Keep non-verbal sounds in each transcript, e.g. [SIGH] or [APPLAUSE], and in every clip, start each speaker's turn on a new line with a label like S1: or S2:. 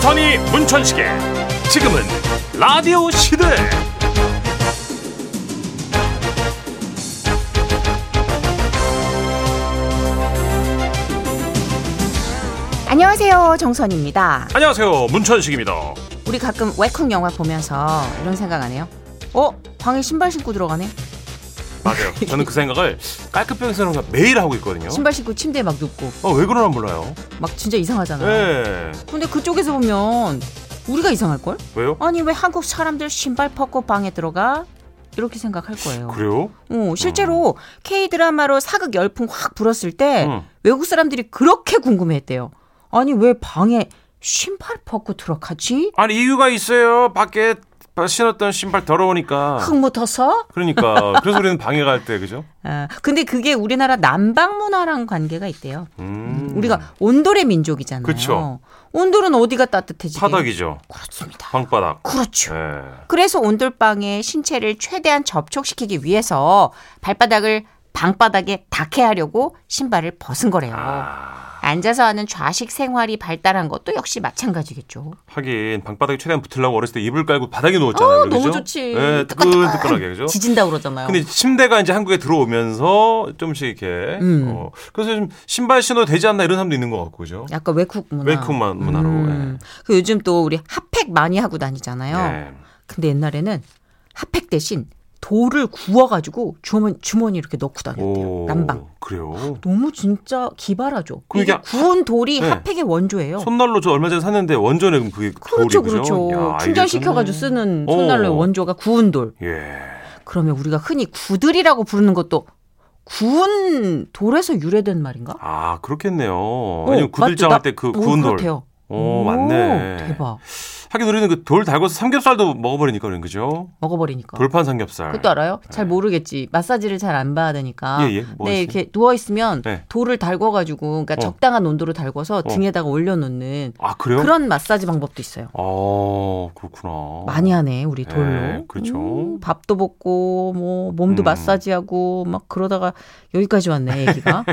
S1: 선이 문천식의 지금은 라디오 시대
S2: 안녕하세요 정선입니다.
S1: 안녕하세요 문천식입니다
S2: 우리 가끔 외국 영화 보면서 이런 생각 안 해요? 어 방에 신발 신고 들어가네?
S1: [LAUGHS] 맞아요 저는 그 생각을 깔끔병스러운 매일 하고 있거든요
S2: 신발 신고 침대에 막 눕고
S1: 어, 왜 그러나 몰라요
S2: 막 진짜 이상하잖아.
S1: 예
S2: 근데 그쪽에서 보면 우리가 이상할 걸?
S1: 왜요?
S2: 아니 왜 한국 사람들 신발 벗고 방에 들어가? 이렇게 생각할 거예요.
S1: 그래요?
S2: 어, 실제로 K 드라마로 사극 열풍 확 불었을 때
S1: 음.
S2: 외국 사람들이 그렇게 궁금해했대요. 아니 왜 방에 신발 벗고 들어가지?
S1: 아니 이유가 있어요 밖에 신었던 신발 더러우니까
S2: 흙 묻어서?
S1: [LAUGHS] 그러니까 그래서 우리는 방에 갈 때 그죠?
S2: 아, 근데 그게 우리나라 남방 문화랑 관계가 있대요.
S1: 음.
S2: 우리가 온돌의 민족이잖아요.
S1: 그쵸.
S2: 온돌은 어디가 따뜻해지게?
S1: 그렇죠. 바닥이죠
S2: 그렇습니다.
S1: 방바닥
S2: 그렇죠.
S1: 예.
S2: 그래서 온돌방에 신체를 최대한 접촉시키기 위해서 발바닥을 방바닥에 닿게 하려고 신발을 벗은 거래요. 앉아서 하는 좌식 생활이 발달한 것도 역시 마찬가지겠죠.
S1: 하긴 방바닥에 최대한 붙으려고 어렸을 때 이불 깔고 바닥에 누웠잖아요. 그죠?
S2: 너무 좋지.
S1: 예, 어, 뜨끈뜨끈하게 그죠?
S2: 지진다 그러잖아요.
S1: 근데 침대가 이제 한국에 들어오면서 좀씩 이렇게
S2: 음.
S1: 어, 그래서 좀 신발 신어도 되지 않나 이런 사람도 있는 것 같고 그죠?
S2: 약간 외국 문화.
S1: 웨이크 문화로.
S2: 음. 그 요즘 또 우리 핫팩 많이 하고
S1: 예.
S2: 다니잖아요.
S1: 예.
S2: 근데 옛날에는 핫팩 대신 돌을 구워가지고 주머니, 주머니 이렇게 넣고 다녔대요.
S1: 오,
S2: 난방. 아,
S1: 그래요.
S2: 너무 진짜 기발하죠.
S1: 그럼
S2: 이게
S1: 이게
S2: 구운 돌이
S1: 그러니까 네.
S2: 핫팩의 원조예요.
S1: 손난로 저 얼마 전에 샀는데 원전에 그럼 그게
S2: 그렇죠,
S1: 돌이, 그죠?
S2: 그렇죠.
S1: 야, 음.
S2: 충전시켜가지고 쓰는
S1: 오.
S2: 손난로의 원조가 구운 돌.
S1: 예.
S2: 그러면 우리가 흔히 구들이라고 부르는 것도 구운 돌에서 유래된 말인가?
S1: 아 그렇겠네요. 왜냐면 어, 구들장 할 때 그 구운 돌.
S2: 그렇대요.
S1: 오, 맞네.
S2: 대박.
S1: 하긴 우리는 그 돌 달궈서 삼겹살도 먹어버리니까 그런 거죠.
S2: 먹어버리니까.
S1: 돌판 삼겹살.
S2: 그러니까. 그것도 알아요? 잘 모르겠지. 마사지를 잘 안 봐야 되니까.
S1: 네. 예, 예. 뭐가
S2: 네,
S1: 있어요?
S2: 이렇게 누워 있으면
S1: 네.
S2: 돌을 달궈가지고, 그러니까
S1: 어.
S2: 적당한 온도로 달궈서 등에다가 올려놓는
S1: 아 그래요?
S2: 그런 마사지 방법도 있어요.
S1: 아 그렇구나.
S2: 많이 하네 우리
S1: 네,
S2: 돌로.
S1: 그렇죠.
S2: 음, 밥도 먹고 뭐 몸도
S1: 음.
S2: 마사지하고 막 그러다가 여기까지 왔네 얘기가.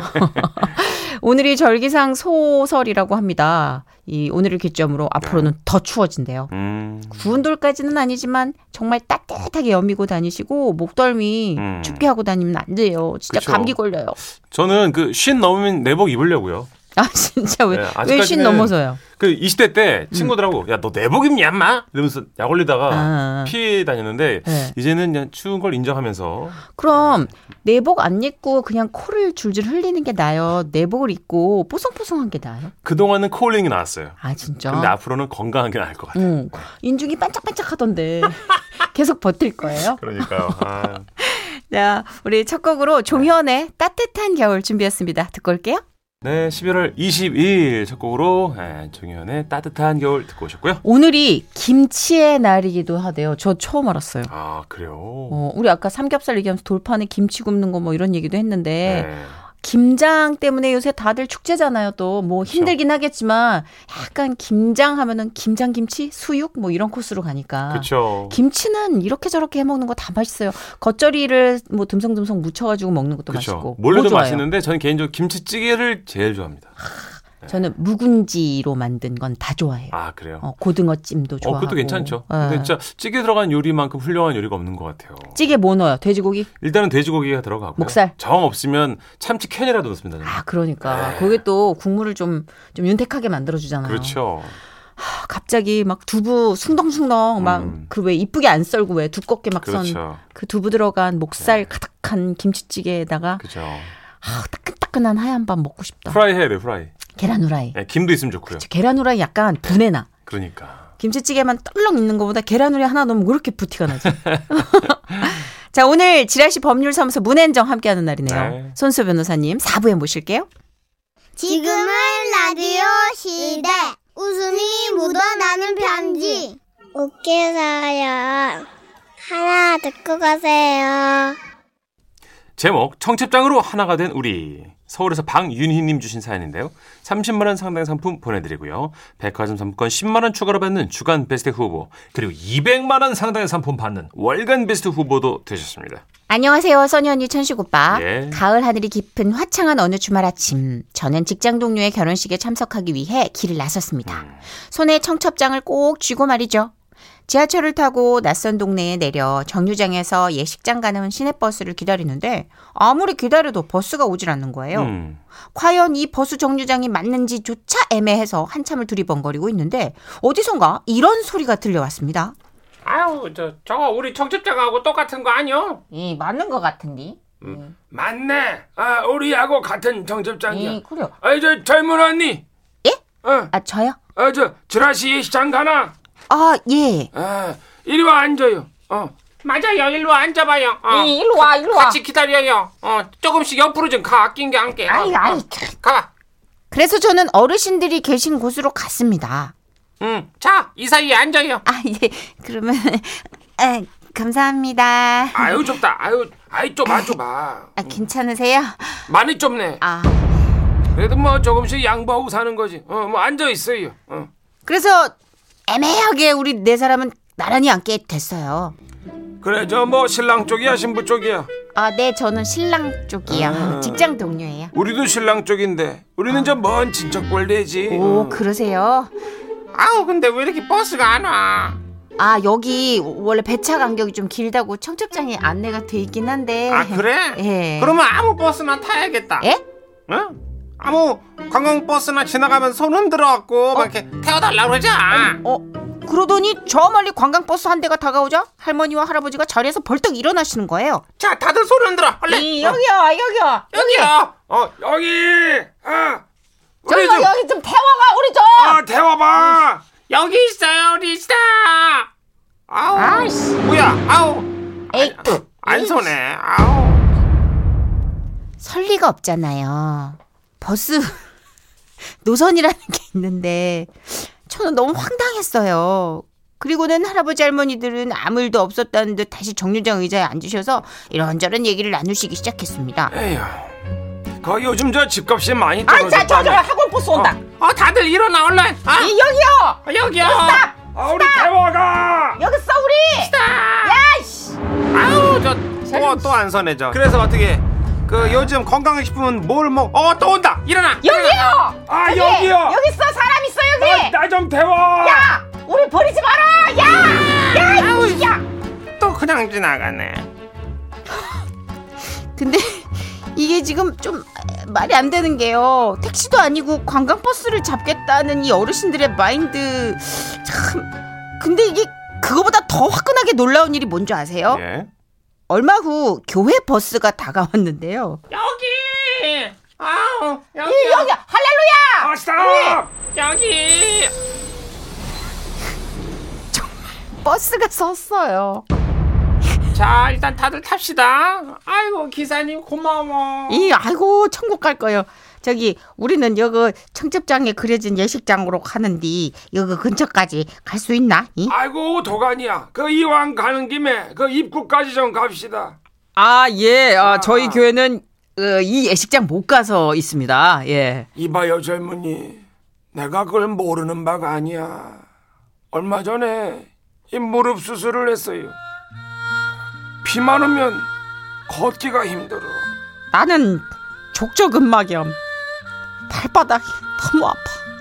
S2: [LAUGHS] 오늘이 절기상 소설이라고 합니다. 이 오늘을 기점으로 앞으로는
S1: 네.
S2: 더 추워진대요.
S1: 음.
S2: 구운 돌까지는 아니지만 정말 따뜻하게 여미고 다니시고 목덜미
S1: 음.
S2: 춥게 하고 다니면 안 돼요. 진짜
S1: 그쵸.
S2: 감기 걸려요.
S1: 저는 그 쉰 넘으면 내복 입으려고요.
S2: 아 진짜
S1: 네,
S2: 왜 왜 신
S1: 아직까지는
S2: 넘어서요?
S1: 그 20대
S2: 음.
S1: 때 친구들하고 야 너 내복 입냐 인마 이러면서 약 올리다가
S2: 아.
S1: 피해 다녔는데
S2: 네.
S1: 이제는 그냥 추운 걸 인정하면서
S2: 그럼 내복 안 입고 그냥 코를 줄줄 흘리는 게 나아요. 내복을 입고 뽀송뽀송한 게 나아요.
S1: 그동안은 코올링이 그 나왔어요.
S2: 아 진짜.
S1: 근데 앞으로는 건강한 게 나을 것 같아요.
S2: 응. 인중이 반짝반짝하던데 [LAUGHS] 계속 버틸 거예요.
S1: 그러니까요. 아.
S2: 자, 우리 첫 곡으로 종현의 따뜻한 겨울 준비했습니다. 듣고 올게요.
S1: [LAUGHS] 네, 11월 22일 첫 곡으로 예, 정현의 따뜻한 겨울 듣고 오셨고요.
S2: 오늘이 김치의 날이기도 하대요. 저 처음 알았어요.
S1: 아 그래요.
S2: 어, 우리 아까 삼겹살 얘기하면서 돌판에 김치 굽는 거 뭐 이런 얘기도 했는데
S1: 네.
S2: 김장 때문에 요새 다들 축제잖아요. 또 뭐 힘들긴 하겠지만 약간 김장 하면은 김장 김치, 수육 뭐 이런 코스로 가니까.
S1: 그렇죠.
S2: 김치는 이렇게 저렇게 해 먹는 거 다 맛있어요. 겉절이를 뭐 듬성듬성 무쳐가지고 먹는 것도
S1: 그렇죠.
S2: 맛있고.
S1: 몰래도
S2: 뭐 좋아요?
S1: 맛있는데 저는 개인적으로 김치찌개를 제일 좋아합니다.
S2: 네. 저는 묵은지로 만든 건 다 좋아해요.
S1: 아 그래요.
S2: 어, 고등어찜도
S1: 어,
S2: 좋아하고.
S1: 그것도 괜찮죠.
S2: 예.
S1: 근데 진짜 찌개 들어간 요리만큼 훌륭한 요리가 없는 것 같아요.
S2: 찌개 뭐 넣어요? 돼지고기?
S1: 일단은 돼지고기가 들어가고
S2: 목살.
S1: 정 없으면 참치 캔이라도 넣습니다. 저는.
S2: 아, 그러니까. 그게 또 국물을 좀, 좀 윤택하게 만들어주잖아요.
S1: 네. 그렇죠.
S2: 아, 갑자기 막 두부 숭덩숭덩 막
S1: 음.
S2: 그 왜 이쁘게 안 썰고 왜 두껍게 막 썬 그
S1: 그렇죠. 네.
S2: 두부 들어간 목살 가득한 김치찌개에다가
S1: 그죠.
S2: 아, 따끈따끈한 하얀 밥 먹고 싶다.
S1: 프라이 해야 돼 프라이.
S2: 계란 후라이.
S1: 예, 김도 있으면 좋고요.
S2: 저 계란 후라이 약간 분해 나.
S1: 그러니까
S2: 김치찌개만 떨렁 있는 것보다 계란후리 하나 넣으면 왜 이렇게 부티가 나지? [LAUGHS] 자, 오늘 지라시 법률사무소 문앤정 함께하는 날이네요.
S1: 네.
S2: 손수 변호사님 4부에 모실게요.
S3: 지금은 라디오 시대. 웃음이 묻어나는 편지. 웃겨서요. 하나 듣고 가세요.
S1: 제목 청첩장으로 하나가 된 우리 서울에서 방윤희님 주신 사연인데요. 30만 원 상당 상품 보내드리고요. 백화점 상품권 10만 원 추가로 받는 주간 베스트 후보 그리고 200만 원 상당의 상품 받는 월간 베스트 후보도 되셨습니다.
S2: 안녕하세요. 써니 언니 천식 오빠.
S4: 예.
S2: 가을 하늘이 깊은 화창한 어느 주말 아침 저는 직장 동료의 결혼식에 참석하기 위해 길을 나섰습니다. 손에 청첩장을 꼭 쥐고 말이죠. 지하철을 타고 낯선 동네에 내려 정류장에서 예식장 가는 시내버스를 기다리는데 아무리 기다려도 버스가 오질 않는 거예요.
S4: 음.
S2: 과연 이 버스 정류장이 맞는지조차 애매해서 한참을 두리번거리고 있는데 어디선가 이런 소리가 들려왔습니다.
S4: 아유, 저, 저거 우리 청첩장하고 똑같은 거 아니요?
S2: 이 맞는 것 같은데.
S4: 맞네. 아, 우리하고 같은 청첩장이야.
S2: 그래요.
S4: 아이, 저 젊은 언니.
S2: 예?
S4: 어,
S2: 아 저요?
S4: 어, 저 지라시 시장 가나?
S2: 아 예.
S4: 아, 이리 와 앉아요. 어. 맞아요. 일로 와 앉아봐요. 어.
S2: 일로 와 일로 와.
S4: 기다려요. 어, 조금씩 옆으로 좀 가. 아낀 게 안게.
S2: 아이.
S4: 가.
S2: 그래서 저는 어르신들이 계신 곳으로 갔습니다.
S4: 응. 자, 이 사이에 앉아요.
S2: 아 예. 그러면 아, 감사합니다.
S4: 아유, 좁다. 아유, 아이 좁아, 좁아.
S2: 아, 괜찮으세요?
S4: 많이 좁네.
S2: 아.
S4: 그래도 뭐 조금씩 양보하고 사는 거지. 어, 뭐 앉아 있어요. 어.
S2: 그래서 애매하게 우리 네 사람은 나란히 앉게 됐어요.
S4: 그래, 저 뭐 신랑 쪽이야, 신부 쪽이야.
S2: 아, 네, 저는 신랑 쪽이요. 직장 동료예요.
S4: 우리도 신랑 쪽인데, 우리는 저 먼 친척 관리지. 어.
S2: 오, 그러세요?
S4: 아우, 근데 왜 이렇게 버스가 안 와?
S2: 아, 여기 원래 배차 간격이 좀 길다고 청첩장에 안내가 돼 있긴 한데.
S4: 아, 그래?
S2: 예.
S4: 그러면 아무 버스나 타야겠다.
S2: 예?
S4: 응? 아무 관광 버스나 지나가면 손 흔들어갖고 막 이렇게 태워달라 그러자.
S2: 어, 그러더니 저 멀리 관광버스 한 대가 다가오자 할머니와 할아버지가 자리에서 벌떡 일어나시는 거예요.
S4: 자, 다들 손 네. 흔들어. 얼른.
S2: 여기요.
S4: 여기요. 어, 여기. 어. 우리 좀,
S2: 여기 좀 태워가, 우리 좀.
S4: 아, 태워봐. 여기 있어요, 우리 있어. 아우.
S2: 아이씨.
S4: 뭐야, 아우.
S2: 에이, 또.
S4: 안 손해. 아우.
S2: 설리가 없잖아요. 버스 [LAUGHS] 노선이라는 게 있는데 저는 너무 황당했어요. 그리고는 할아버지 할머니들은 아무 일도 없었다는 듯 다시 정류장 의자에 앉으셔서 이런저런 얘기를 나누시기 시작했습니다.
S4: 에휴. 거 요즘 저 집값이 많이
S5: 아이 자, 저, 저,
S4: 떨어졌다네.
S5: 학원 버스 온다.
S4: 어, 다들 일어나 얼른. 아,
S5: 이, 여기요! 어,
S4: 여기요. 아, 우리 태워가.
S5: 여기 있어, 우리!
S4: 아우 저또또안 선해져. 그래서 어떻게 그 요즘 건강식품은 뭘 먹? 어또 온다. 일어나.
S5: 여기요!
S4: 아
S5: 저기,
S4: 여기요.
S5: 여기 있어, 사람 있어, 여기!
S4: 나 좀 태워.
S5: 야! 우리 버리지 마라! 야! 야! 이 야!
S4: 또 그냥 지나가네.
S2: 근데 [LAUGHS] 이게 지금 좀 말이 안 되는 게요. 택시도 아니고 관광버스를 잡겠다는 이 어르신들의 마인드 참 근데 이게 그거보다 더 화끈하게 놀라운 일이 뭔지 아세요?
S4: 예.
S2: 얼마 후 교회 버스가 다가왔는데요.
S4: 여기. 아우 여기.
S5: 이, 여기! 할렐루야!
S4: 아 스탑. 여기.
S2: 버스가 섰어요.
S4: 자 일단 다들 탑시다. 아이고 기사님 고마워.
S2: 이 아이고 천국 갈 거예요. 저기 우리는 여기 청첩장에 그려진 예식장으로 가는디 여기 근처까지 갈 수 있나? 이?
S4: 아이고 도가니야. 그 이왕 가는 김에 그 입구까지 좀 갑시다.
S5: 아, 예. 아, 저희 교회는 어, 이 예식장 못 가서 있습니다. 예.
S4: 이봐요 젊은이 내가 그걸 모르는 바가 아니야 얼마 전에 이 무릎 수술을 했어요 비만 오면 걷기가 힘들어
S5: 나는 족저근막염. 발바닥이 너무 아파.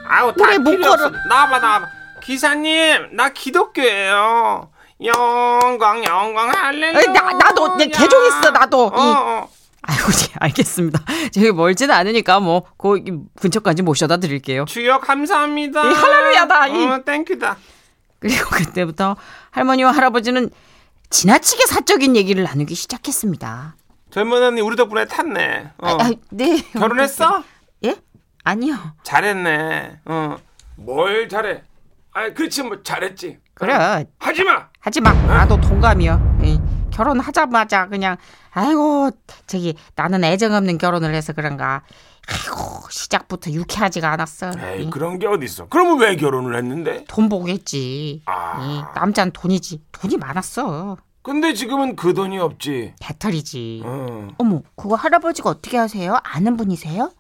S4: 아우 다
S2: 그래, 못
S4: 필요 없어.
S2: 걸어.
S4: 나와봐 나와봐 기사님 나 기독교예요 영광 영광 할렐루야
S5: 에이, 나- 나도 내 개종 있어, 나도. 이-
S4: 어, 어.
S5: 아이고, 예, 알겠습니다. 저기 멀진 않으니까 뭐, 그 근처까지 모셔다 드릴게요.
S4: 주여 감사합니다
S5: 이 할렐루야다, 이.
S4: 어, 땡큐다
S5: 그리고 그때부터 할머니와 할아버지는 지나치게 사적인 얘기를 나누기 시작했습니다.
S4: 젊은 언니 우리 덕분에 탔네 어.
S2: 아, 네.
S5: 아,
S4: 결혼했어?
S2: 예? 아니요.
S4: 잘했네. 어. 뭘 잘해? 아, 그렇지 뭐 잘했지. 어.
S5: 그래,
S4: 하지마.
S5: 하지 마. 나도 동감이야. 예, 결혼하자마자 그냥 아이고 저기 나는 애정 없는 결혼을 해서 그런가. 아이고 시작부터 유쾌하지가 않았어.
S4: 에이,
S5: 예,
S4: 그런 게 어디 있어? 그러면 왜 결혼을 했는데?
S5: 돈 보겠지.
S4: 아.
S5: 예, 남자는 돈이지. 돈이 많았어.
S4: 근데 지금은 그 돈이 없지.
S5: 배터리지.
S4: 어.
S2: 어머, 그거 할아버지가 어떻게 하세요? 아는 분이세요?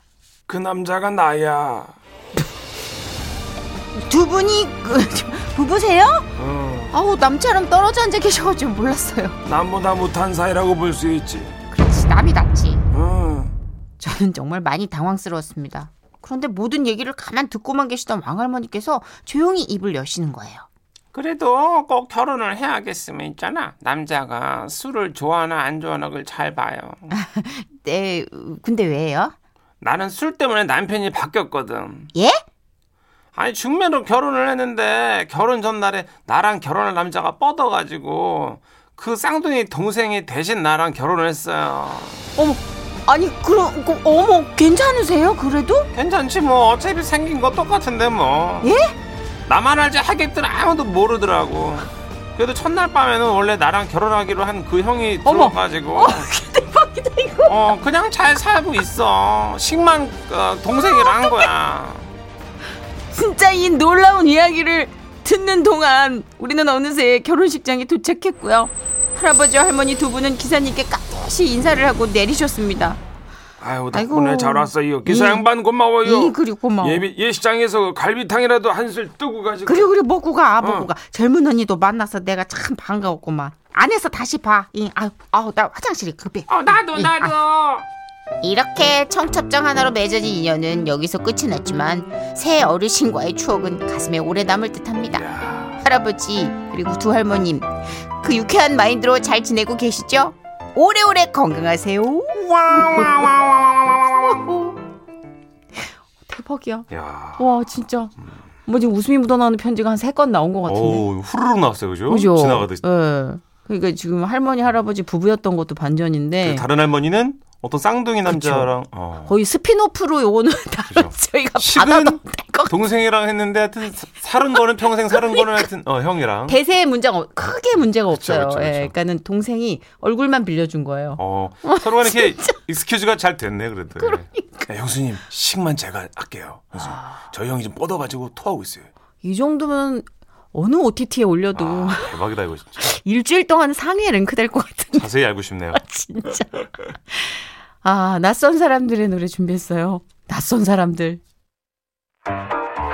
S4: 그 남자가 나야.
S5: [LAUGHS]
S2: 두 분이 그, 저,
S6: 부부세요?
S7: 어,
S6: 아우 남처럼 떨어져 앉아 계셔가지고 몰랐어요.
S7: 남보다 못한 사이라고 볼 수 있지.
S2: 그렇지 남이 낫지.
S7: 어,
S4: 음.
S6: 저는 정말 많이 당황스러웠습니다. 그런데 모든 얘기를 가만 듣고만 계시던 왕할머니께서 조용히 입을 여시는 거예요.
S4: 그래도 꼭 결혼을 해야겠으면 있잖아. 남자가 술을 좋아하나 안 좋아하나 그걸 잘 봐요.
S6: 네, 근데 왜요?
S4: 나는 술 때문에 남편이 바뀌었거든.
S6: 예?
S4: 아니 중매로 결혼을 했는데 결혼 전날에 나랑 결혼할 남자가 뻗어가지고 그 쌍둥이 동생이 대신 나랑 결혼을 했어요.
S6: 어머, 아니 그럼 그, 어머 괜찮으세요? 그래도?
S4: 괜찮지 뭐 어차피 생긴 거 똑같은데 뭐.
S6: 예?
S4: 나만 알지 하객들 아무도 모르더라고. 그래도 첫날 밤에는 원래 나랑 결혼하기로 한 그 형이
S6: 어머. [LAUGHS]
S4: 들어가지고. 어, 그냥 잘 살고 있어. 식만 어, 동생이랑 한 거야.
S2: 진짜 이 놀라운 이야기를 듣는 동안 우리는 어느새 결혼식장에 도착했고요. 할아버지와 할머니 두 분은 기사님께 깍듯이 인사를 하고 내리셨습니다.
S7: 아유 덕분에 잘 왔어요. 기사
S2: 예.
S7: 양반 고마워요.
S2: 이 그리고
S6: 뭐.
S2: 고마워.
S7: 예비 예시장에서 갈비탕이라도 한술 뜨고 가지고.
S2: 그리고 그리고 먹고 가 먹고
S7: 어.
S2: 가 젊은 언니도 만나서 내가 참 반가웠구만 안에서 다시 봐 이, 아우 아우 나 화장실이 아, 급해
S4: 어, 나도 나도.
S6: 이렇게 청첩장 하나로 맺어진 인연은 여기서 끝이 났지만 새 어르신과의 추억은 가슴에 오래 남을 듯합니다.
S7: 야,
S6: 할아버지 그리고 두 할머님 그 유쾌한 마인드로 잘 지내고 계시죠? 오래오래 건강하세요.
S2: 대박이야
S7: 야.
S2: 와 진짜 뭐지 웃음이 묻어나오는 편지가 한 세 건 나온 것 같은데
S1: 오, 후루룩 나왔어요, 그죠?
S2: 어, 그죠
S1: 지나가듯이.
S2: 예. 그러니까 지금 할머니 할아버지 부부였던 것도 반전인데
S1: 그 다른 할머니는 어떤 쌍둥이 남자랑 어,
S2: 거의 스피노프로 요거는 다른 [LAUGHS] 저희가 받아도 될것
S1: 동생이랑 했는데 하여튼 사- 사는 거는 평생 사는 거는 하여튼 어, 형이랑.
S2: 대세의 문제가 없- 크게 문제가 없어요.
S1: 그쵸,
S2: 예,
S1: 그쵸.
S2: 그러니까는 동생이 얼굴만 빌려준 거예요.
S1: 어, 서로가 이렇게 익스큐즈가 잘 됐네, 그래도.
S2: 그러니까.
S7: 야, 형수님 식만 제가 할게요. 형수님.
S2: 아.
S7: 저희 형이 좀 뻗어가지고 토하고 있어요.
S2: 이 정도면 어느 OTT에 올려도
S1: 아, 대박이다, 이거 진짜.
S2: 일주일 동안 상위에 랭크될 것 같은데
S1: 자세히 알고 싶네요.
S2: 진짜. 아 낯선 사람들의 노래 준비했어요. 낯선 사람들.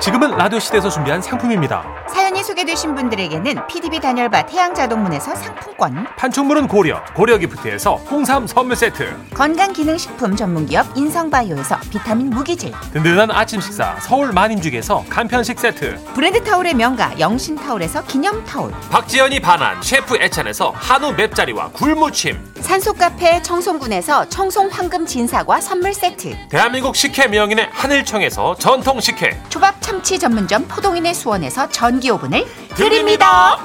S8: 지금은 라디오 시대에서 준비한 상품입니다.
S6: 사연이 소개되신 분들에게는 PDB 단열바 태양자동문에서 상품권
S8: 판촉물은 고려, 고려 기프트에서 홍삼 선물 세트,
S6: 건강기능식품 전문기업 인성바이오에서 비타민 무기질
S8: 든든한 아침 식사, 서울 만인죽에서 간편식 세트,
S6: 브랜드 타올의 명가 영신타올에서 기념타올
S8: 박지연이 반한 셰프 애찬에서 한우 맵자리와 굴무침,
S6: 산소카페 청송군에서 청송황금 진사과 선물 세트
S8: 대한민국 식혜 명인의 하늘청에서 전통 식혜,
S6: 초밥 참치 전문점 포동인의 수원에서 전기 오븐을 드립니다.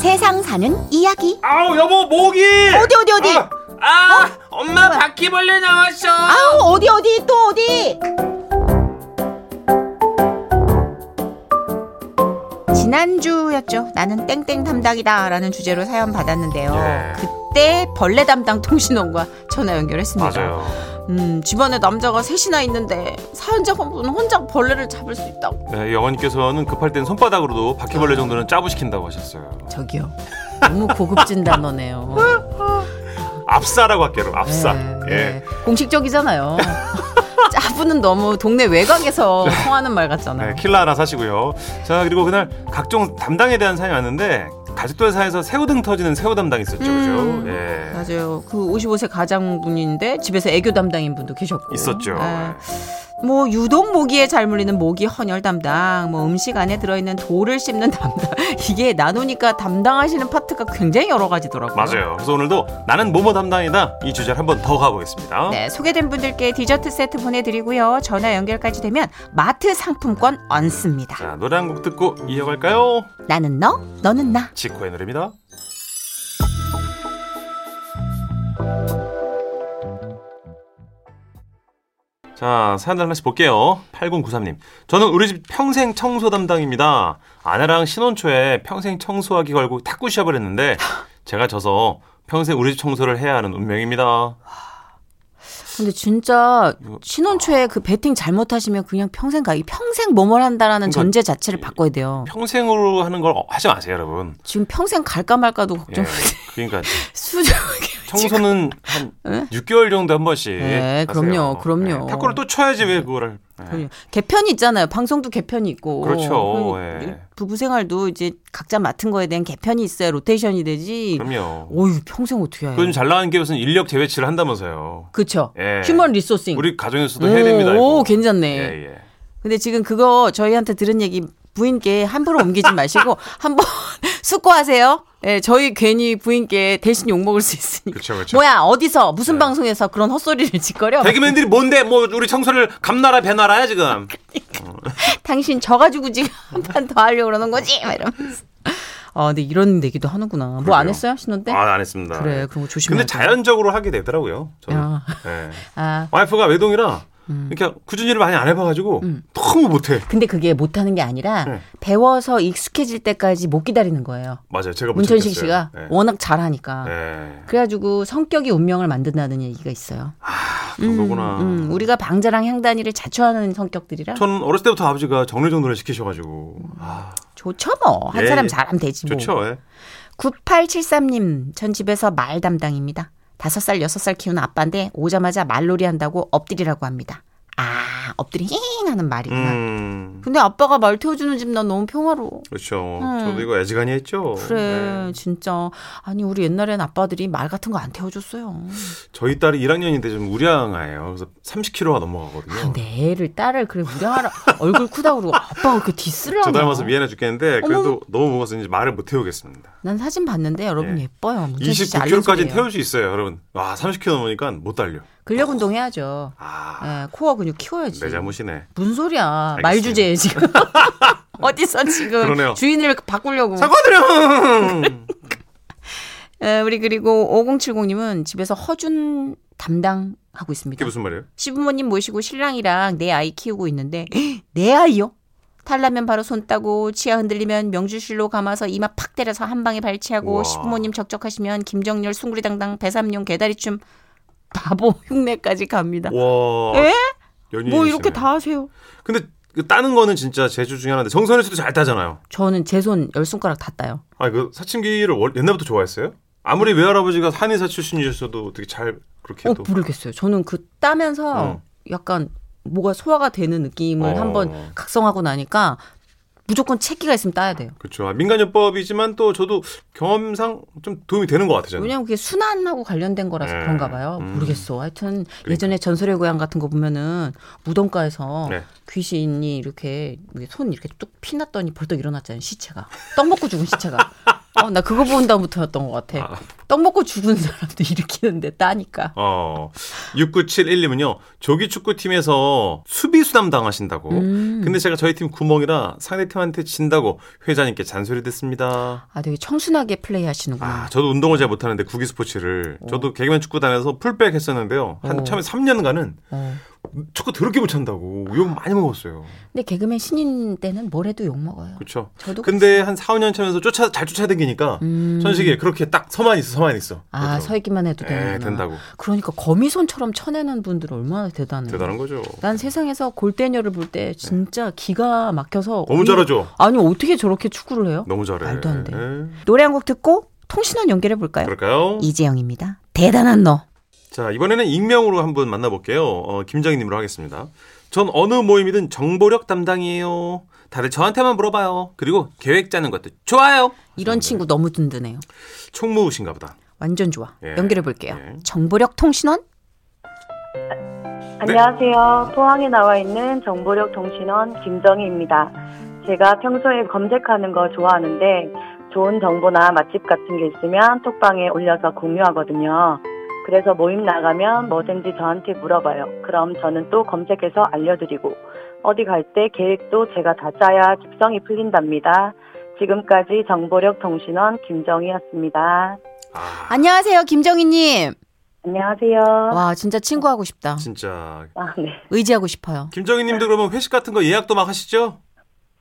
S6: 세상 사는 이야기.
S4: 아우 여보 목이.
S6: 어디 어디 어디?
S4: 아 엄마 바퀴벌레 나왔어.
S6: 아우 어디 어디 또 어디? 지난주였죠. 나는 땡땡 담당이다라는 주제로 사연 받았는데요.
S1: 예.
S6: 그때 벌레 담당 통신원과 전화 연결했습니다.
S1: 맞아요.
S2: 음 집안에 남자가 셋이나 있는데 사연자분은 혼자 벌레를 잡을 수 있다고.
S1: 네, 이 어머니께서는 급할 땐 손바닥으로도 바퀴벌레 정도는 짜부 시킨다고 하셨어요.
S2: 저기요. 너무 고급진 [LAUGHS] 단어네요. 네,
S1: 압사라고 할게요, 그럼 압사. 예. [LAUGHS]
S2: 공식적이잖아요. 짜부는 너무 동네 외곽에서 통하는 말
S1: 네,
S2: 같잖아요.
S1: 킬라 하나 사시고요. 자, 그리고 그날 각종 담당에 대한 사연이 왔는데 가족들사에서 새우등 터지는 새우 담당 있었죠,
S2: 음.
S1: 그죠? 예.
S2: 맞아요. 그 55세 가장분인데 집에서 애교 담당인 분도 계셨고
S1: 있었죠.
S2: 예. 뭐 유독 모기에 잘 물리는 모기 헌혈 담당, 뭐 음식 안에 들어있는 돌을 씹는 담당. [LAUGHS] 이게 나누니까 담당하시는 파트가 굉장히 여러 가지더라고요.
S1: 맞아요. 그래서 오늘도 나는 뭐뭐 담당이다 이 주제를 한번 더 가보겠습니다.
S6: 네, 소개된 분들께 디저트 세트 보내드리고요. 전화 연결까지 되면 마트 상품권 얹습니다.
S1: 자, 노래 한 곡 듣고 이어갈까요?
S6: 나는 너, 너는 나.
S1: 지코의 노래입니다. 자, 사연을 하나씩 볼게요. 8093님. 저는 우리 집 평생 청소 담당입니다. 아내랑 신혼 초에 평생 청소하기 걸고 탁구 시합을 했는데 제가 져서 평생 우리 집 청소를 해야 하는 운명입니다.
S2: 근데 진짜
S9: 뭐, 아.
S2: 신혼초에 그 베팅 잘못하시면 그냥 평생 가. 이 평생 뭐뭘 한다라는
S9: 그러니까 예.
S2: 전제 자체를 바꿔야 돼요.
S9: 평생으로 하는 걸 어, 하지 마세요, 여러분.
S2: 지금 평생 갈까 말까도
S9: 예.
S2: 걱정.
S9: 그러니까
S2: [LAUGHS] 수저하게.
S9: 청소는 한 6개월 정도 한 번씩.
S2: 네,
S9: 하세요.
S2: 그럼요, 그럼요.
S9: 예, 탁구를 또 쳐야지 왜 그거를. 예.
S2: 개편이 있잖아요. 방송도 개편이 있고.
S9: 그렇죠,
S2: 그
S9: 예.
S2: 부부 생활도 이제 각자 맡은 거에 대한 개편이 있어야 로테이션이 되지.
S9: 그럼요.
S2: 어유 평생 어떻게 해요?
S9: 요즘 잘 나가는 기업은 인력 재배치를 한다면서요.
S2: 그렇죠.
S9: 예.
S2: 휴먼 리소싱.
S9: 우리 가정에서도 해야 됩니다.
S2: 오,
S9: 이거.
S2: 괜찮네.
S9: 예, 예.
S2: 근데 지금 그거 저희한테 들은 얘기 부인께 함부로 옮기지
S9: [LAUGHS]
S2: 마시고 한번 숙고하세요. 예, 저희 괜히 부인께 대신 욕 먹을 수 있으니까.
S9: 그쵸, 네. 그쵸.
S2: 뭐야 어디서 무슨 방송에서 그런 헛소리를 짓거려?
S1: 예.
S9: 대기맨들이 뭔데? 뭐 우리 청소를 감나라 배나라야 지금.
S2: 당신 저 가지고 지금 [LAUGHS] 한 판 더 하려고 그러는 거지? 막 이러면서. 아, 근데 이런 얘기도 하는구나. 뭐 안
S9: 그러게요.
S2: 했어요 신혼 때?
S9: 아, 안 했습니다.
S2: 그래, 그런 거 조심해야
S9: 근데
S2: 돼.
S9: 자연적으로 하게 되더라고요. 저는.
S2: 야.
S9: 예.
S2: 아,
S9: 와이프가 외동이라
S2: 음.
S9: 이렇게 꾸준히 일을 많이 안 해봐가지고 너무 못해.
S2: 근데 그게 못하는 게 아니라
S9: 네.
S2: 배워서 익숙해질 때까지 못 기다리는 거예요.
S9: 맞아요. 제가 못
S2: 문천식
S9: 참겠어요.
S2: 씨가
S9: 예.
S2: 워낙 잘하니까.
S9: 예.
S2: 그래가지고 성격이 운명을 만든다는 얘기가 있어요.
S9: 아, 그런 거구나.
S2: 음, 우리가 방자랑 향단이를 자처하는 성격들이라
S9: 저는 어렸을 때부터 아버지가 정리정돈을 시키셔가지고 아,
S2: 좋죠 뭐. 한
S9: 예,
S2: 사람
S9: 예.
S2: 잘하면 되지 음. 뭐.
S9: 좋죠. 예.
S2: 9873님, 전 집에서 말 담당입니다. 다섯 살 여섯 살 키우는 아빠인데 오자마자 말놀이 한다고 엎드리라고 합니다. 아, 엎드리 힝 하는 말이구나.
S9: 음,
S2: 근데 아빠가 말 태워주는 집 난 너무 평화로워.
S9: 그렇죠. 저도 이거 애지간히 했죠.
S2: 음. 그래,
S9: 네.
S2: 진짜. 아니, 우리 옛날엔 아빠들이 말 같은 거 안 태워줬어요.
S9: 저희 딸이 1학년인데 좀 우량아예요. 그래서 30kg가 넘어가거든요.
S2: 아, 내 애를, 딸을, 그래, 우량하라. 얼굴 크다고 그러고 아빠가 그렇게 디스를
S9: 저
S2: 하냐.
S9: 닮아서 미안해 죽겠는데 그래도 너무 먹어서 이제 말을 못 태우겠습니다.
S2: 난 사진 봤는데 여러분
S9: 예.
S2: 예뻐요. 문천식 씨
S9: 29kg까지
S2: 알려줄게요.
S9: 태울 수 있어요, 여러분. 와, 30kg 넘으니까 못 달려.
S2: 근력 운동 해야죠.
S9: 아,
S2: 예, 코어 근육 키워야지.
S9: 내 잘못이네.
S2: 무슨 소리야.
S9: 알겠어요.
S2: 말 주제에
S9: [LAUGHS]
S2: 지금. 어디서 지금
S9: 그러네요.
S2: 주인을 바꾸려고.
S9: 사과드려. [LAUGHS]
S2: 예, 우리 그리고 5070님은 집에서 허준 담당하고
S9: 이게
S2: 있습니다.
S9: 무슨 말이에요?
S2: 시부모님 모시고 신랑이랑 내 아이 키우고 있는데 [GASPS] 내 아이요? 탈라면 바로 손 따고 치아 흔들리면 명주실로 감아서 이마 팍 때려서 한 방에 발치하고
S9: 우와.
S2: 시부모님 적적하시면 김정렬 숭구리당당 배삼룡 개다리춤 바보 흉내까지 갑니다.
S9: 와.
S2: 예?
S9: 연예인이시네.
S2: 뭐 이렇게 다 하세요?
S9: 근데 그 따는 거는 진짜 재주 중에 하나인데 정선일 씨도 잘 따잖아요.
S2: 저는 제 손 열 손가락 다 따요.
S9: 아니 그 사춘기를 월- 옛날부터 좋아했어요? 아무리 외할아버지가 한의사 출신이셨어도 어떻게 잘 그렇게
S2: 어,
S9: 또
S2: 모르겠어요. 저는 그 따면서
S9: 어.
S2: 약간 뭐가 소화가 되는 느낌을
S9: 어.
S2: 한번 각성하고 나니까 무조건 채기가 있으면 따야 돼요.
S9: 그렇죠. 아, 민간요법이지만 또 저도 경험상 좀 도움이 되는 것 같아요. 저는.
S2: 왜냐면 그게 순환하고 관련된 거라서
S9: 네.
S2: 그런가 봐요.
S9: 음. 그러니까.
S2: 모르겠어. 하여튼 예전에 전설의 고향 같은 거 보면은 무덤가에서
S9: 네.
S2: 귀신이 이렇게 손 이렇게 뚝 피났더니 벌떡 일어났잖아요. 시체가. 떡 먹고 죽은 시체가. 어, 나 그거 본 다음부터였던 것 같아. 떡 먹고 죽은 사람도 일으키는데 따니까.
S9: 어, 6971님은요, 조기 축구팀에서 수비수 담당하신다고. 근데 제가 저희 팀 구멍이라 상대팀한테 진다고 회장님께 잔소리 듣습니다.
S2: 아, 되게 청순하게 플레이 하시는구나.
S9: 아, 저도 운동을 잘 못하는데 구기 스포츠를. 저도 개그맨 축구 다녀서 풀백 했었는데요. 한
S2: 오.
S9: 처음에 3년간은
S2: 어.
S9: 축구 더럽게 못 찬다고 욕 많이 먹었어요.
S2: 근데 개그맨 신인 때는 뭘 해도 욕 먹어요.
S9: 그렇죠.
S2: 저도
S9: 근데 한 4, 5년 차면서 쫓아 잘 쫓아다니니까 천식이 그렇게 딱 서만 있어 서만 있어.
S2: 음. 아, 서 있기만 해도 되는구나.
S9: 예, 된다고.
S2: 그러니까 거미손처럼 쳐내는 분들은 얼마나 대단해요.
S9: 대단한 거죠.
S2: 난 세상에서 골대녀를 볼 때 진짜 기가 막혀서
S9: 너무
S2: 어이-
S9: 잘하죠.
S2: 아니 어떻게 저렇게 축구를 해요?
S9: 너무 잘해.
S2: 말도 안 돼.
S9: 예.
S2: 노래 한 곡 듣고 통신원 연결해 볼까요?
S9: 그럴까요?
S2: 이재영입니다. 대단한 너.
S9: 자 이번에는 익명으로 한 분 만나볼게요. 어, 김정희님으로 하겠습니다. 전 어느 모임이든 정보력 담당이에요. 다들 저한테만 물어봐요. 그리고 계획 짜는 것도 좋아요.
S2: 이런 친구 너무 든든해요.
S9: 총무우신가 보다.
S2: 완전 좋아.
S9: 예.
S2: 연결해 볼게요.
S9: 예.
S2: 정보력 통신원?
S9: 네.
S10: 안녕하세요. 포항에 나와 있는 정보력 통신원 김정희입니다. 제가 평소에 검색하는 거 좋아하는데 좋은 정보나 맛집 같은 게 있으면 톡방에 올려서 공유하거든요. 그래서 모임 나가면 뭐든지 저한테 물어봐요. 그럼 저는 또 검색해서 알려드리고 어디 갈 때 계획도 제가 다 짜야 직성이 풀린답니다. 지금까지 정보력 통신원 김정희였습니다.
S2: 안녕하세요, 김정희 님.
S10: 안녕하세요.
S2: 와, 진짜 친구하고 싶다.
S9: 진짜
S10: 아, 네.
S2: 의지하고 싶어요.
S9: 김정희님도 그러면 회식 같은 거 예약도 막 하시죠?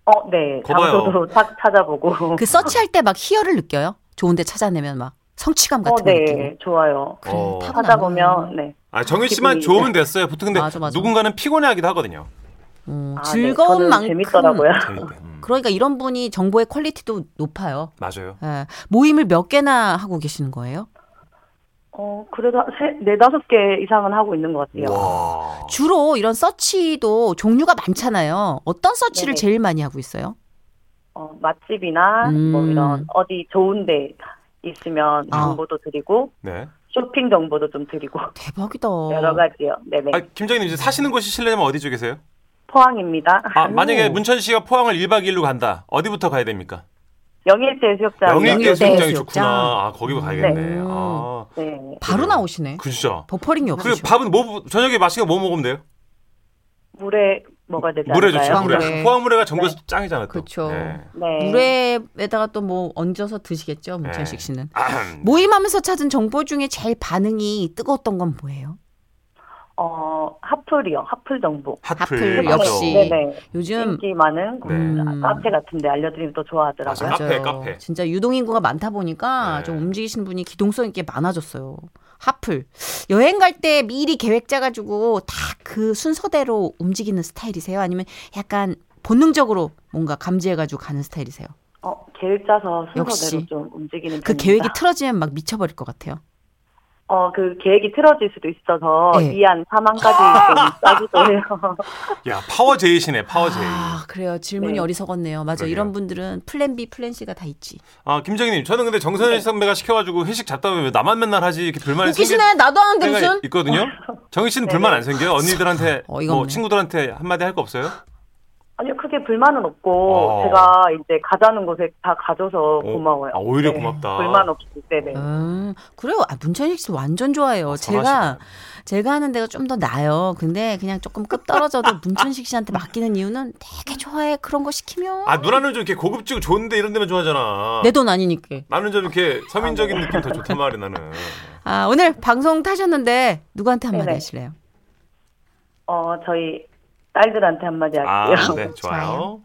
S10: 어, 네.
S9: 거봐요.
S10: 장소도 탁 찾아보고.
S2: 그 서치할 때 막 희열을 느껴요. 좋은데 찾아내면 막 성취감 같은
S10: 어,
S2: 거
S10: 네,
S2: 느끼고.
S10: 좋아요.
S9: 어.
S2: 타고나는
S10: 하다 보면 네
S9: 아, 정유 씨만
S10: 기분이-
S9: 좋으면 됐어요. 보통 근데
S2: 예. 맞아, 맞아.
S9: 누군가는 피곤해하기도 하거든요.
S2: 음,
S10: 아, 네,
S2: 즐거운
S10: 저는
S2: 만큼
S10: 재밌더라고요. [LAUGHS]
S9: 재밌대. 음,
S2: 그러니까 이런 분이 정보의 퀄리티도 높아요.
S9: 맞아요.
S2: 예, 모임을 몇 개나 하고 계시는 거예요?
S10: 어, 그래도 한 세, 네, 다섯 개 이상은 하고 있는 것 같아요.
S9: 와.
S2: 주로 이런 서치도 종류가 많잖아요. 어떤 서치를
S10: 네네.
S2: 제일 많이 하고 있어요?
S10: 어, 맛집이나 뭐
S2: 음.
S10: 이런 어디 좋은 데 있으면
S2: 아. 어.
S10: 정보도 드리고
S9: 네.
S10: 쇼핑 정보도 좀 드리고
S2: 대박이다.
S10: 여러 가지요. 네네.
S9: 아, 김장님 이제 사시는 곳이 실례면 어디 쪽이세요?
S10: 포항입니다. [LAUGHS]
S9: 아, 만약에 문천 씨가 포항을 1박 2일로 간다. 어디부터 가야 됩니까?
S10: 영일대 해수욕장.
S2: 영일대
S9: 영일대 수영장이
S2: 해수욕장.
S9: 좋구나. 아, 거기 가야겠네.
S2: 네.
S10: 음,
S9: 아,
S10: 네.
S2: 바로
S9: 그래요.
S2: 나오시네.
S9: 그죠.
S2: 버퍼링이
S9: 그리고
S2: 없으시고.
S9: 밥은 뭐 저녁에 마시고 뭐 먹으면 돼요?
S10: 물에 뭐가 되지
S9: 물에 좋죠.
S10: 않을까요?
S2: 포항물에.
S9: 물에. 포항물에가 전국에서 짱이잖아. 또.
S2: 네. 그쵸.
S9: 네.
S10: 네.
S2: 물에다가 또 뭐 얹어서 드시겠죠, 문찬식
S9: 네.
S2: 씨는.
S9: 아흠.
S2: 모임하면서 찾은 정보 중에 제일 반응이 뜨거웠던 건 뭐예요?
S10: 어, 핫플이요. 핫플 정보.
S9: 핫플,
S2: 핫플
S9: 맞죠.
S2: 역시.
S10: 네네.
S2: 요즘
S10: 인기 많은
S2: 음.
S10: 카페 같은데 알려드리면 또 좋아하더라고요.
S9: 맞아요. 카페, 카페.
S2: 진짜 유동인구가 많다 보니까
S9: 네.
S2: 좀 움직이신 분이 기동성 있게 많아졌어요. 하플. 여행 갈 때 미리 계획 짜가지고 다 그 순서대로 움직이는 스타일이세요? 아니면 약간 본능적으로 뭔가 감지해가지고 가는 스타일이세요?
S10: 어, 계획 짜서 순서대로
S2: 역시.
S10: 좀 움직이는
S2: 그
S10: 편입니다.
S2: 계획이 틀어지면 막 미쳐버릴 것 같아요.
S10: 어, 그 계획이 틀어질 수도 있어서
S2: 네.
S10: 이안
S2: [LAUGHS]
S10: 사망까지 좀 짜기도 해요. [LAUGHS]
S9: 야, 파워 제이시네, 파워 제이.
S2: 아, 그래요. 질문이
S10: 네.
S2: 어리석었네요. 맞아. 요
S9: 그러게요.
S2: 이런 분들은 플랜 B, 플랜 C가 다 있지.
S9: 아, 김정희님, 저는 근데 정선일 선배가 시켜가지고 회식 잡다 보면 왜 나만 맨날 하지 이렇게 불만이
S2: 웃기시네. 나도 하는데
S9: 때가
S2: 무슨? [LAUGHS] 네.
S9: 있거든요. 정희 씨는 불만 안 생겨요? 언니들한테,
S2: 어이가
S9: 뭐
S2: 없네.
S9: 친구들한테 한마디 할 거 없어요?
S10: 아니요, 크게 불만은 없고,
S9: 어.
S10: 제가 이제 가자는 곳에 다 가줘서
S9: 어,
S10: 고마워요.
S9: 아, 오히려
S10: 네.
S9: 고맙다.
S10: 불만 없기
S9: 네.
S10: 때문에.
S2: 음, 그래요. 아, 문천식 씨 완전 좋아해요. 제가
S9: 선하시다.
S2: 제가 하는 데가 좀 더 나아요. 근데 그냥 조금 끝
S9: [LAUGHS]
S2: 떨어져도 문천식 씨한테 맡기는 이유는 되게 좋아해. 그런 거 시키면
S9: 아, 어. 누나는 좀 이렇게 고급지고 좋은데 이런 데만 좋아하잖아.
S2: 내 돈 아니니까.
S9: 나는 좀 이렇게 서민적인 느낌 더 좋단 말이야, 나는.
S2: 아, 오늘 방송 타셨는데 누구한테 한마디
S10: 네네.
S2: 하실래요?
S10: 어, 저희 딸들한테 한마디
S9: 아,
S10: 할게요.
S9: 네, 좋아요.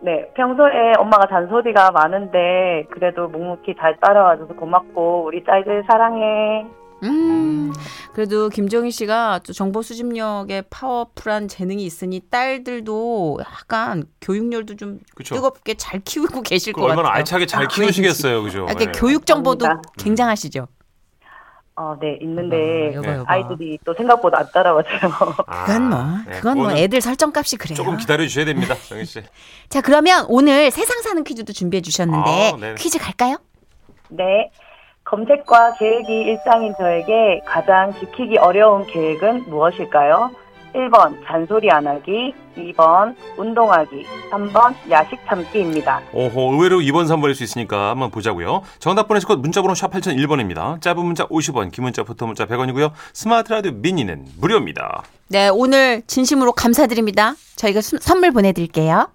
S10: 네, 평소에 엄마가 잔소리가 많은데 그래도 묵묵히 잘 따라와줘서 고맙고 우리 딸들 사랑해.
S2: 음. 그래도 김종희 씨가 또 정보 수집력에 파워풀한 재능이 있으니 딸들도 약간 교육열도 좀
S9: 그쵸.
S2: 뜨겁게 잘 키우고 계실
S9: 그
S2: 것 같아요. 아,
S9: 얼마나 알차게 잘 키우시겠어요, 그죠?
S2: 이렇게
S9: 네.
S2: 교육 정보도
S10: 감사합니다.
S2: 굉장하시죠.
S10: 어, 네, 있는데
S2: 아, 여봐, 여봐.
S10: 아이들이 또 생각보다 안 따라와줘요.
S9: 아,
S2: 그건 뭐,
S9: 네,
S2: 그건 뭐
S9: 그거는
S2: 애들 설정값이 그래요.
S9: 조금 기다려 주셔야
S2: [LAUGHS]
S9: 됩니다, 정희 씨.
S2: 자, 그러면 오늘 세상 사는 퀴즈도 준비해 주셨는데
S9: 아, 네네.
S2: 퀴즈 갈까요?
S10: 네. 검색과 계획이 일상인 저에게 가장 지키기 어려운 계획은 무엇일까요? 1번 잔소리 안 하기, 2번 운동하기, 3번 야식 참기입니다.
S9: 오호, 의외로 2번, 3번일 수 있으니까 한번 보자고요. 정답 보내실 곳 문자번호 샵 8001번입니다. 짧은 문자 50원, 긴 문자, 부터 문자 100원이고요. 스마트 라디오 미니는 무료입니다.
S2: 네, 오늘 진심으로 감사드립니다. 저희가 수- 선물 보내드릴게요.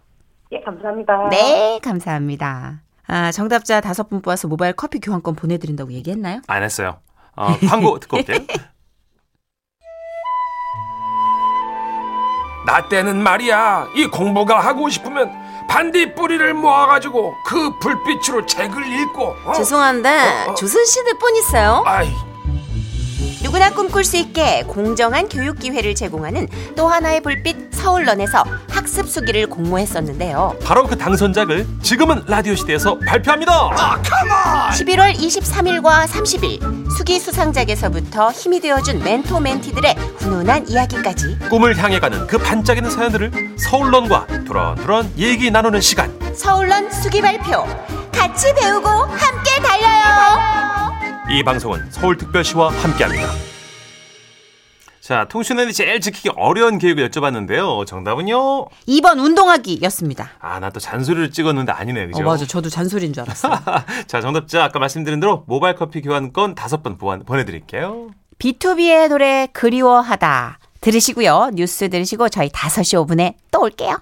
S10: 예, 감사합니다.
S2: 네, 감사합니다. 아, 정답자 다섯 분 뽑아서 모바일 커피 교환권 보내드린다고 얘기했나요?
S9: 안 했어요. 어, 광고 듣고 올게요.
S1: 나 때는 말이야 이 공부가 하고 싶으면 반딧 뿌리를 모아가지고 그 불빛으로 책을 읽고 어?
S2: 죄송한데
S1: 어, 어.
S2: 조선 시대 분 있어요.
S1: 아이
S2: 누구나 꿈꿀 수 있게 공정한 교육 기회를 제공하는 또 하나의 불빛 서울런에서 학습 수기를 공모했었는데요.
S9: 바로 그 당선작을 지금은 라디오 시대에서 발표합니다.
S2: 11월 23일과 30일 수기 수상작에서부터 힘이 되어준 멘토 멘티들의 훈훈한 이야기까지
S9: 꿈을 향해 가는 그 반짝이는 사연들을 서울론과 두런두런 얘기 나누는 시간.
S2: 서울런 수기 발표 같이 배우고 함께 달려요.
S9: 이 방송은 서울특별시와 함께합니다. 자, 통신원이 제일 지키기 어려운 계획을 여쭤봤는데요. 정답은요?
S2: 2번 운동하기였습니다. 어,
S9: 아, 나 또 잔소리를 찍었는데 아니네, 그죠?
S2: 저도 잔소리인 줄 알았어.
S9: [LAUGHS]
S2: [LAUGHS]
S9: 자, 정답자 아까 말씀드린 대로 모바일 커피 교환권 다섯 번 보완- 보내드릴게요.
S2: B2B의 노래 그리워하다 들으시고요. 뉴스 들으시고 저희 5시 5분에 또 올게요.